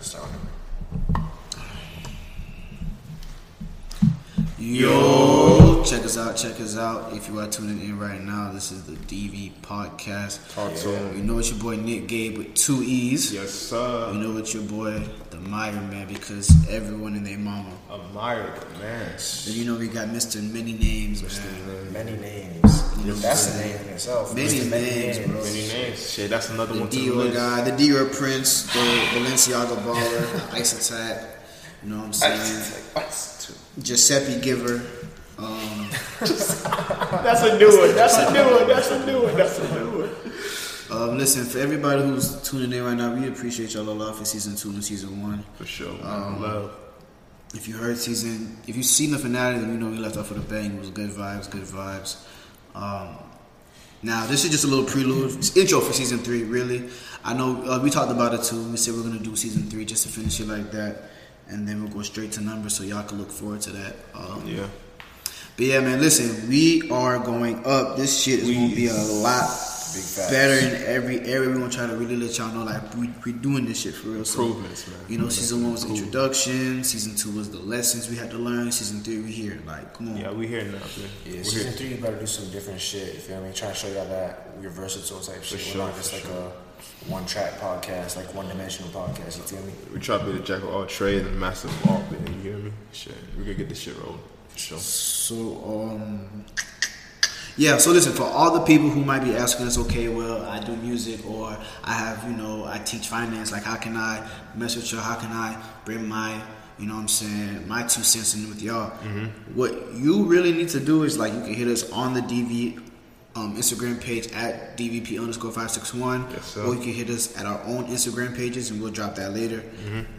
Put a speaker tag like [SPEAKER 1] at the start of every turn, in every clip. [SPEAKER 1] So
[SPEAKER 2] Yo, check us out, check us out. If you are tuning in right now, this is the DV podcast.
[SPEAKER 1] talk to
[SPEAKER 2] You
[SPEAKER 1] him.
[SPEAKER 2] know it's your boy Nick Gabe with two E's.
[SPEAKER 1] Yes, sir.
[SPEAKER 2] You know it's your boy the Meyer man because everyone and their mama.
[SPEAKER 1] America, man.
[SPEAKER 2] And you know we got Mr. Many Names, man.
[SPEAKER 3] Many names.
[SPEAKER 2] You know
[SPEAKER 3] That's
[SPEAKER 2] what
[SPEAKER 3] a
[SPEAKER 2] I'm
[SPEAKER 3] name in itself.
[SPEAKER 2] Many
[SPEAKER 3] Mr.
[SPEAKER 2] names, bro.
[SPEAKER 1] Many names. Shit, that's another
[SPEAKER 2] The
[SPEAKER 1] one to the
[SPEAKER 2] Dior
[SPEAKER 1] list.
[SPEAKER 2] guy, the Dior Prince, the Balenciaga baller, the Ice Attack. You know what I'm saying?
[SPEAKER 1] That's
[SPEAKER 2] Giuseppe Giver. Um,
[SPEAKER 1] a new one. That's a new one. That's a new one. That's a new one.
[SPEAKER 2] um, listen, for everybody who's tuning in right now, we appreciate y'all a lot for season two and season one.
[SPEAKER 1] For sure.
[SPEAKER 2] Um,
[SPEAKER 1] Love.
[SPEAKER 2] If you heard season, if you've seen the finale, then you know we left off with a bang. It was good vibes, good vibes. Um, now this is just a little prelude, it's intro for season three. Really, I know uh, we talked about it too. We said we're gonna do season three just to finish it like that, and then we'll go straight to numbers, so y'all can look forward to that. Um,
[SPEAKER 1] Yeah.
[SPEAKER 2] But yeah, man, listen, we are going up. This shit is gonna be a lot
[SPEAKER 3] facts.
[SPEAKER 2] better in every area. We're gonna try to really let y'all know, like we we doing this shit for real. So,
[SPEAKER 1] Improvements, man.
[SPEAKER 2] You know, season one was introduction. Season two was the lessons we had to learn. Season three, we here. Like, come on.
[SPEAKER 1] Yeah, we here now, man.
[SPEAKER 3] Yeah,
[SPEAKER 1] We're
[SPEAKER 3] season
[SPEAKER 1] here.
[SPEAKER 3] three, you better do some different shit. You feel me? Trying to show y'all that we're versatile type shit.
[SPEAKER 1] sure,
[SPEAKER 3] we're not
[SPEAKER 1] for
[SPEAKER 3] just like
[SPEAKER 1] sure.
[SPEAKER 3] a one track podcast, like one dimensional podcast. You feel me?
[SPEAKER 1] We try to be the jack of all trades and master of all, man. You hear me? Shit. We're gonna get this shit rolling. For sure.
[SPEAKER 2] So, um, yeah. So listen, for all the people who might be asking us, okay, well, I do music, or I have, you know, I teach finance. Like, how can I mess with y'all? How can I bring my, you know, what I'm saying, my two cents in with y'all?
[SPEAKER 1] Mm-hmm.
[SPEAKER 2] What you really need to do is like, you can hit us on the DV. Um, Instagram page at DVP underscore five six one,
[SPEAKER 1] Yes, sir.
[SPEAKER 2] or you can hit us at our own Instagram pages, and we'll drop that later.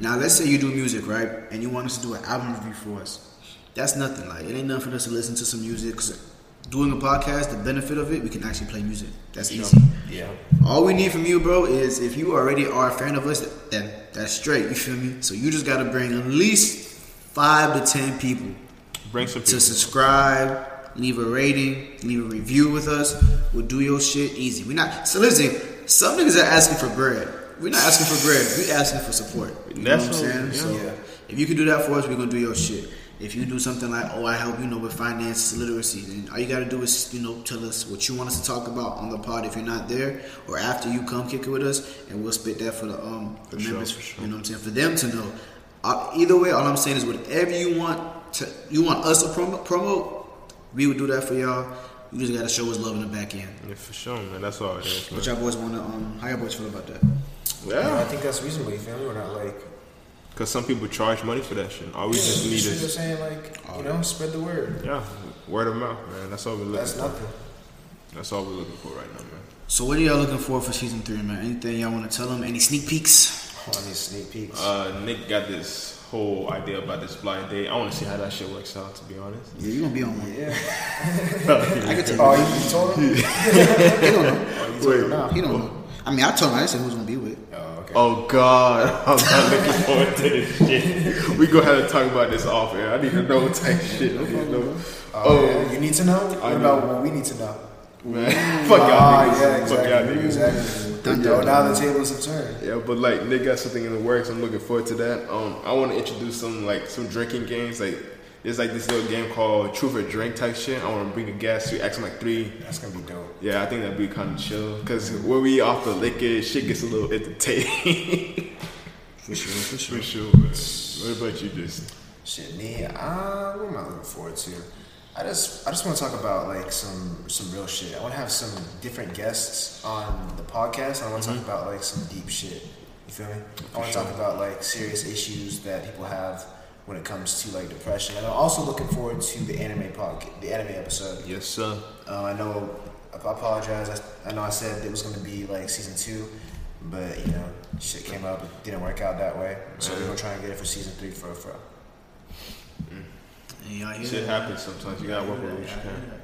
[SPEAKER 2] Now, let's say you do music, right, and you want us to do an album review for us. That's nothing. Like it ain't nothing for us to listen to some music. 'cause doing a podcast, the benefit of it, we can actually play music. That's easy.
[SPEAKER 3] Yeah.
[SPEAKER 2] All we need from you, bro, is if you already are a fan of us, then that's straight. You feel me? So you just gotta bring at least five to ten people
[SPEAKER 1] Bring some people.
[SPEAKER 2] to subscribe, leave a rating, leave a review with us. We'll do your shit easy. We're not so listen. Some niggas are asking for bread. We're not asking for bread. We're asking for support. You know
[SPEAKER 1] That's
[SPEAKER 2] what I'm saying?
[SPEAKER 1] what-
[SPEAKER 2] So
[SPEAKER 3] yeah.
[SPEAKER 2] if you can do that for us, we're gonna do your shit. If you do something like, oh, I help you know with finance literacy, then all you gotta do is you know tell us what you want us to talk about on the pod if you're not there, or after you come kick it with us, and we'll spit that for the um
[SPEAKER 1] For sure,
[SPEAKER 2] members.
[SPEAKER 1] for sure.
[SPEAKER 2] You know what I'm saying? For them to know. Uh, either way, all I'm saying is whatever you want to, you want us to promote, promote, we would do that for y'all. You just gotta show us love in the back end.
[SPEAKER 1] Yeah, for sure, man. That's all it is, man.
[SPEAKER 2] What y'all boys wanna um? How y'all boys feel about that?
[SPEAKER 3] I
[SPEAKER 1] Yeah.
[SPEAKER 3] think that's reasonable. You feel me? We're not like.
[SPEAKER 1] Cause some people charge money for that shit. All we just need
[SPEAKER 3] what I'm
[SPEAKER 1] is
[SPEAKER 3] saying? Like, you know, spread the word.
[SPEAKER 1] yeah, word of mouth, man. That's all we looking.
[SPEAKER 3] That's
[SPEAKER 1] for.
[SPEAKER 3] nothing.
[SPEAKER 1] That's all we're looking for right now, man.
[SPEAKER 2] So what are y'all looking for for season three, man? Anything y'all wanna tell them? Any sneak peeks?
[SPEAKER 3] On these Oh, sneak peeks.
[SPEAKER 1] Uh, Nick got this whole idea about this blind date. I want to see how that shit works out, to be honest.
[SPEAKER 2] Yeah, you gonna be on one.
[SPEAKER 3] yeah.
[SPEAKER 2] I could tell you.
[SPEAKER 3] Oh, you, you told him?
[SPEAKER 2] He don't know.
[SPEAKER 3] Oh, you told him now.
[SPEAKER 2] He don't know. I mean, I told him I didn't say who was gonna be with.
[SPEAKER 3] Oh, okay.
[SPEAKER 1] Oh God, I'm not looking forward to this shit. We gonna have to talk about this off air. I need to know type shit. I need to know.
[SPEAKER 3] Oh,
[SPEAKER 1] Oh
[SPEAKER 3] you need to know? What
[SPEAKER 1] I
[SPEAKER 3] about what we need to know?
[SPEAKER 1] man, fuck
[SPEAKER 3] Ah,
[SPEAKER 1] y'all niggas.
[SPEAKER 3] yeah,
[SPEAKER 1] Fuck y'all
[SPEAKER 3] exactly.
[SPEAKER 1] niggas.
[SPEAKER 3] exactly.
[SPEAKER 2] Thunder.
[SPEAKER 3] Yo, now the tables have turned.
[SPEAKER 1] Yeah, but like Nick got something in the works. I'm looking forward to that. Um, I want to introduce some like some drinking games. Like there's like this little game called Truth or Drink type shit. I want to bring the guests. We ask them like three.
[SPEAKER 3] That's gonna be dope.
[SPEAKER 1] Yeah, I think that'd be kind of chill. Cause when we off the liquor, shit gets a little entertaining.
[SPEAKER 2] For sure, for
[SPEAKER 1] For sure. Man. What about you, Jason?
[SPEAKER 3] Shit, me, uh, what am I looking forward to? I just, I just want to talk about like some, some real shit. I want to have some different guests on the podcast. And I want to talk about like some deep shit. You feel me? I want to talk about like serious issues that people have when it comes to like depression. And I'm also looking forward to the anime podcast, the anime episode.
[SPEAKER 1] Yes, sir.
[SPEAKER 3] Um, I know. I apologize. I, I know I said it was going to be like season two, but you know, shit came up. It didn't work out that way. So we're gonna try and get it for season three for for.
[SPEAKER 2] Yeah, y'all hear
[SPEAKER 1] Shit
[SPEAKER 2] that?
[SPEAKER 1] happens sometimes. You gotta work with what you can.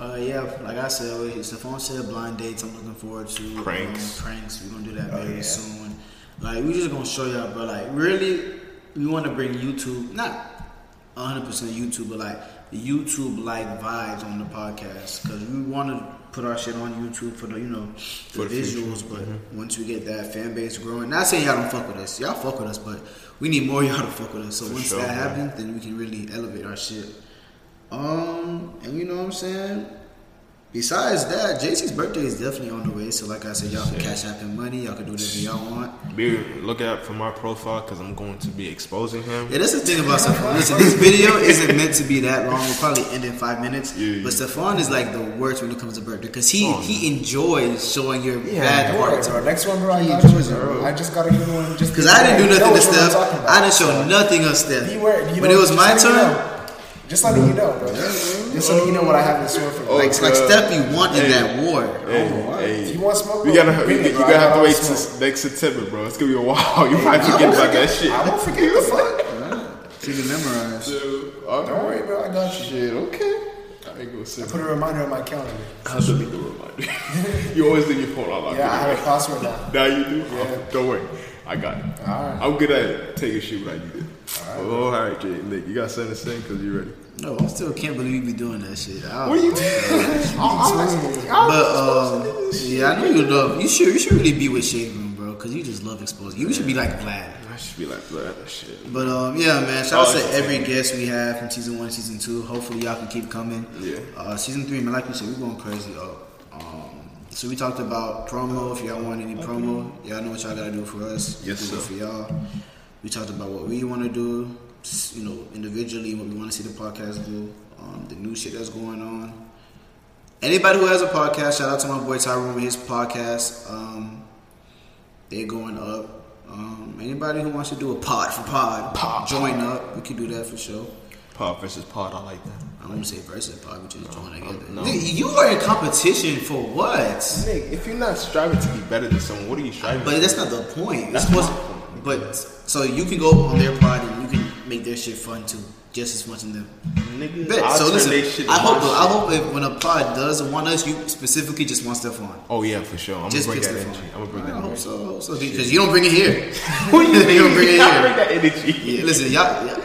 [SPEAKER 2] Uh, yeah, like I said, wait, Stephon said blind dates. I'm looking forward to
[SPEAKER 1] Pranks.
[SPEAKER 2] Um, pranks. We're gonna do that
[SPEAKER 3] Oh,
[SPEAKER 2] very
[SPEAKER 3] yeah.
[SPEAKER 2] soon. Like we just gonna show y'all, but like really, we want to bring YouTube, not 100 percent YouTube, but like YouTube like vibes on the podcast because we want to put our shit on YouTube for the you know the, visuals. But
[SPEAKER 1] Mm-hmm.
[SPEAKER 2] once we get that fan base growing, not saying y'all don't fuck with us, y'all fuck with us, but we need more of y'all to fuck with us. So
[SPEAKER 1] For
[SPEAKER 2] once
[SPEAKER 1] sure,
[SPEAKER 2] that
[SPEAKER 1] man.
[SPEAKER 2] happens, then we can really elevate our shit. Um, and you know what I'm saying. Besides that, JC's birthday is definitely on the way. So like I said, y'all can cash out him money. Y'all can do whatever y'all want.
[SPEAKER 1] Be look out for my profile because I'm going to be exposing him.
[SPEAKER 2] Yeah, that's the thing about Stephon. Listen, this video isn't meant to be that long. We'll probably end in five minutes.
[SPEAKER 1] Yeah, yeah.
[SPEAKER 2] But Stephon is like the worst when it comes to birthday because he,
[SPEAKER 1] Oh,
[SPEAKER 2] he enjoys showing your
[SPEAKER 3] Yeah,
[SPEAKER 2] bad
[SPEAKER 3] don't worry,
[SPEAKER 2] parts.
[SPEAKER 3] bro. Next one, bro. I got
[SPEAKER 2] enjoys
[SPEAKER 3] you,
[SPEAKER 2] it,
[SPEAKER 3] bro.
[SPEAKER 2] bro.
[SPEAKER 3] I just got a good one. Just
[SPEAKER 2] Because I didn't do nothing
[SPEAKER 3] know
[SPEAKER 2] to
[SPEAKER 3] what I'm talking
[SPEAKER 2] Steph.
[SPEAKER 3] about.
[SPEAKER 2] I didn't show nothing of Steph.
[SPEAKER 3] Be aware, you
[SPEAKER 2] When
[SPEAKER 3] know,
[SPEAKER 2] it was
[SPEAKER 3] just
[SPEAKER 2] my
[SPEAKER 3] so you
[SPEAKER 2] turn,
[SPEAKER 3] know. just letting you know, bro. Just letting you know what I have in store for you.
[SPEAKER 1] Oh,
[SPEAKER 2] like, like
[SPEAKER 1] God.
[SPEAKER 2] Steph, you wanted
[SPEAKER 1] Hey.
[SPEAKER 2] that war.
[SPEAKER 1] Hey,
[SPEAKER 3] what?
[SPEAKER 1] hey.
[SPEAKER 3] If you want smoke,
[SPEAKER 1] Oh, You
[SPEAKER 3] bro,
[SPEAKER 1] gotta, you,
[SPEAKER 3] bring
[SPEAKER 1] you
[SPEAKER 3] it, bro.
[SPEAKER 1] gotta
[SPEAKER 3] I
[SPEAKER 1] have to
[SPEAKER 3] got
[SPEAKER 1] wait
[SPEAKER 3] smoke.
[SPEAKER 1] till next September, bro. It's gonna be a while. You probably
[SPEAKER 3] I
[SPEAKER 1] forget
[SPEAKER 3] won't
[SPEAKER 1] about that
[SPEAKER 3] forget-
[SPEAKER 1] shit.
[SPEAKER 3] I won't forget the fuck.
[SPEAKER 2] Keep it memorized.
[SPEAKER 1] Don't
[SPEAKER 3] Don't worry, bro. I got you.
[SPEAKER 1] Shit, okay. I ain't gonna sit.
[SPEAKER 3] Put a reminder on my calendar.
[SPEAKER 1] I'll delete the reminder. you always leave your phone on lock.
[SPEAKER 3] Yeah, I have a password now.
[SPEAKER 1] Now you do? Oh,
[SPEAKER 3] Yeah.
[SPEAKER 1] Don't worry. I got it.
[SPEAKER 3] Alright.
[SPEAKER 1] I'm good at taking shit when I need it. Oh, all right, Jay. Nick, you got something to say because you're ready.
[SPEAKER 2] No, I still can't believe you doing that shit. I-
[SPEAKER 1] What are you doing?
[SPEAKER 2] But um, yeah, I know you love. You should you should really be with Shade Room, bro, because you just love exposing. You should be like Vlad.
[SPEAKER 1] I should be like, that shit.
[SPEAKER 2] But um, yeah, man. Shout out
[SPEAKER 1] Oh,
[SPEAKER 2] to every guest we have from season one, season two. Hopefully, y'all can keep coming.
[SPEAKER 1] Yeah.
[SPEAKER 2] Uh, season three, man. Like we said, we're going crazy up. Um, so we talked about promo. If y'all want any promo, y'all know what y'all gotta do for us.
[SPEAKER 1] Yes,
[SPEAKER 2] do it
[SPEAKER 1] sir.
[SPEAKER 2] For y'all, we talked about what we want to do. s- You know, individually, what we want to see the podcast do. Um, the new shit that's going on. Anybody who has a podcast, shout out to my boy Tyrone with his podcast. Um, they're going up. Um, anybody who wants to do a pod for pod,
[SPEAKER 1] Pod.
[SPEAKER 2] join up. We could do that for sure.
[SPEAKER 1] Pod versus pod, I like that.
[SPEAKER 2] I don't want to say versus pod, we just join together.
[SPEAKER 1] no.
[SPEAKER 2] Dude, you are in competition for what?
[SPEAKER 1] Nick, if you're not striving to be better than someone, what are you striving
[SPEAKER 2] But
[SPEAKER 1] for?
[SPEAKER 2] that's not the point. That's
[SPEAKER 1] That's
[SPEAKER 2] supposed,
[SPEAKER 1] my point.
[SPEAKER 2] but so you can go on their pod and you can make their shit fun too, just as much as them.
[SPEAKER 1] Nigga,
[SPEAKER 2] Bet.
[SPEAKER 1] I'll
[SPEAKER 2] So
[SPEAKER 1] turn
[SPEAKER 2] listen,
[SPEAKER 1] they shit
[SPEAKER 2] I
[SPEAKER 1] to
[SPEAKER 2] hope
[SPEAKER 1] my
[SPEAKER 2] I
[SPEAKER 1] shit.
[SPEAKER 2] hope if, when a pod does want us, you specifically just want stuff on.
[SPEAKER 1] Oh, yeah, for sure. I'm
[SPEAKER 2] Just
[SPEAKER 1] gonna
[SPEAKER 2] pick
[SPEAKER 1] bring that
[SPEAKER 2] stuff
[SPEAKER 1] energy.
[SPEAKER 2] on.
[SPEAKER 1] I'm gonna bring that
[SPEAKER 2] I hope
[SPEAKER 1] energy.
[SPEAKER 2] so. I hope so because you don't bring it here.
[SPEAKER 1] What do you mean?
[SPEAKER 2] don't bring it
[SPEAKER 1] I
[SPEAKER 2] here.
[SPEAKER 1] bring that energy.
[SPEAKER 2] Yeah, listen, y'all. y'all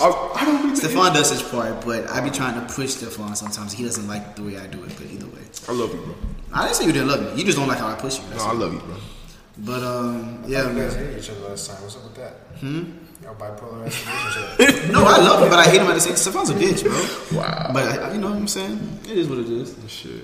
[SPEAKER 1] I, I don't bring the
[SPEAKER 2] Stefan does his part, but I be trying to push Stefan sometimes. He doesn't like the way I do it, but either way.
[SPEAKER 1] I love you, bro.
[SPEAKER 2] I didn't say you didn't love me. You just don't like how I push you.
[SPEAKER 1] No,
[SPEAKER 2] That's
[SPEAKER 1] I
[SPEAKER 2] all.
[SPEAKER 1] love you, bro.
[SPEAKER 2] But, um, yeah,
[SPEAKER 3] You guys
[SPEAKER 2] man.
[SPEAKER 3] hated each other last time. What's up with that? Hmm. Y'all bipolar ass relationship.
[SPEAKER 2] No, I love him, but I hate him at the same Stefan's a bitch, bro.
[SPEAKER 1] Wow.
[SPEAKER 2] But, I, you know what I'm saying? It is what it is.
[SPEAKER 1] Shit.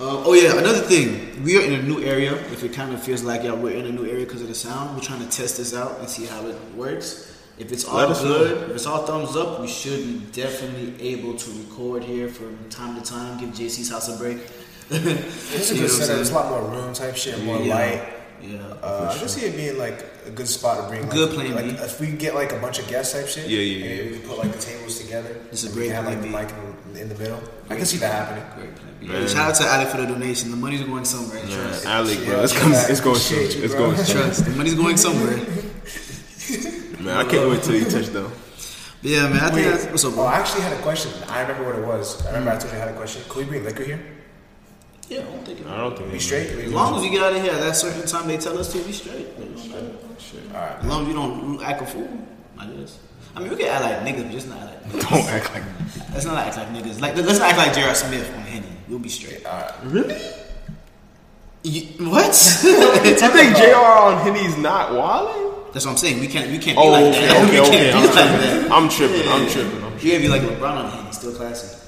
[SPEAKER 2] Uh, oh, yeah, another thing. We are in a new area. If it kind of feels like, yeah, we're in a new area because of the sound, we're trying to test this out and see how it works. If it's all
[SPEAKER 1] Let us
[SPEAKER 2] good, if it's all thumbs up, we should be definitely able to record here from time to time, give JC's house a break.
[SPEAKER 3] It's a
[SPEAKER 2] You know
[SPEAKER 3] good
[SPEAKER 2] what I'm
[SPEAKER 3] setup.
[SPEAKER 2] saying?
[SPEAKER 3] It's a lot more room type shit, more
[SPEAKER 2] Yeah.
[SPEAKER 3] light.
[SPEAKER 2] Yeah.
[SPEAKER 3] Uh, I can see it being like a good spot to bring.
[SPEAKER 2] Good
[SPEAKER 3] like,
[SPEAKER 2] plan
[SPEAKER 3] Like
[SPEAKER 2] B.
[SPEAKER 3] if we get like a bunch of guests type shit.
[SPEAKER 1] Yeah, yeah,
[SPEAKER 3] and
[SPEAKER 1] yeah.
[SPEAKER 3] We can put like the tables together.
[SPEAKER 2] This is
[SPEAKER 3] and
[SPEAKER 2] great
[SPEAKER 3] We can have like the
[SPEAKER 2] plan
[SPEAKER 3] mic in the, in the middle. I can see that happening.
[SPEAKER 2] Great plan B.
[SPEAKER 1] Man.
[SPEAKER 2] Shout out to Alec for the donation. The money's going somewhere. Trust.
[SPEAKER 1] Alec,
[SPEAKER 3] Yeah,
[SPEAKER 1] bro, it's
[SPEAKER 3] I'm
[SPEAKER 1] coming.
[SPEAKER 3] back.
[SPEAKER 1] It's going.
[SPEAKER 3] Appreciate
[SPEAKER 1] somewhere.
[SPEAKER 3] you,
[SPEAKER 1] It's
[SPEAKER 3] bro.
[SPEAKER 1] going. somewhere.
[SPEAKER 2] Trust. The money's going somewhere.
[SPEAKER 1] Man, I can't wait till you touch down.
[SPEAKER 2] But yeah, man. I think
[SPEAKER 3] Wait,
[SPEAKER 2] that's what's up,
[SPEAKER 3] oh,
[SPEAKER 2] bro.
[SPEAKER 3] I actually had a question. I remember what it was. I remember I told you I had a question. Could we bring liquor here?
[SPEAKER 2] Yeah, I'm thinking.
[SPEAKER 1] I don't think
[SPEAKER 3] We straight? We
[SPEAKER 2] As long as we get out of here at that certain time they tell us to, we straight. As
[SPEAKER 3] All right.
[SPEAKER 2] long as you don't act a fool, I guess. I mean, we can act like niggas, but just not like.
[SPEAKER 1] Don't act like.
[SPEAKER 2] Let's not act like niggas. Like let's not act like J.R. Smith on Henny. We'll be straight.
[SPEAKER 1] Really?
[SPEAKER 2] You, what? that's
[SPEAKER 1] You think Jr. on Henny's not wilding?
[SPEAKER 2] what I'm saying. We can't. We can't be
[SPEAKER 1] Oh,
[SPEAKER 2] like
[SPEAKER 1] okay,
[SPEAKER 2] that.
[SPEAKER 1] okay,
[SPEAKER 2] we
[SPEAKER 1] okay.
[SPEAKER 2] can't
[SPEAKER 1] I'm
[SPEAKER 2] be like
[SPEAKER 1] tripping.
[SPEAKER 2] that.
[SPEAKER 1] I'm tripping. I'm tripping. I'm
[SPEAKER 2] You gotta be like LeBron on Henny. Still classy.
[SPEAKER 1] tripping.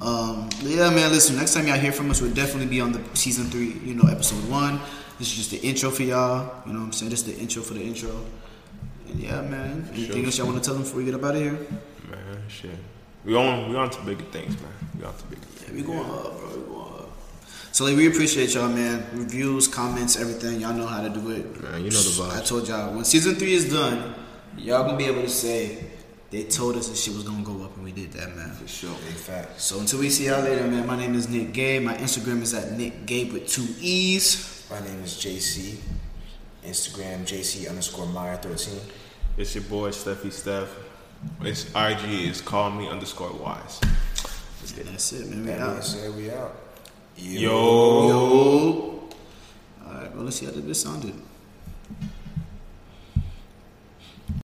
[SPEAKER 2] Um, but yeah, man. Listen, next time y'all hear from us, we'll definitely be on the season three, you know, episode one. This is just the intro for y'all. You know what I'm saying? Just the intro for the intro. And yeah, man. Anything
[SPEAKER 1] Sure.
[SPEAKER 2] else y'all want to tell them before we get up out of here?
[SPEAKER 1] Man, shit. We on. We on to bigger things, man. We on to bigger
[SPEAKER 2] Yeah,
[SPEAKER 1] things.
[SPEAKER 2] we going up, bro. We going up. So like, we appreciate y'all, man. Reviews, comments, everything. Y'all know how to do it.
[SPEAKER 1] Man, you know the vibes.
[SPEAKER 2] I told y'all when season three is done, y'all gonna be able to say they told us this shit was gonna go up, and we did that, man.
[SPEAKER 3] For sure. Big facts.
[SPEAKER 2] So until we see y'all later, man. My name is Nick Gabe. My Instagram is at Nick Gabe with two E's.
[SPEAKER 3] My name is JC. Instagram JC underscore Meyer thirteen.
[SPEAKER 1] It's your boy Steffi Steph. It's IG is call me underscore wise.
[SPEAKER 2] And that's it, man. We
[SPEAKER 3] And we
[SPEAKER 2] out.
[SPEAKER 3] say we out.
[SPEAKER 1] Yo.
[SPEAKER 2] Yo. All right, well, let's see how this sounded.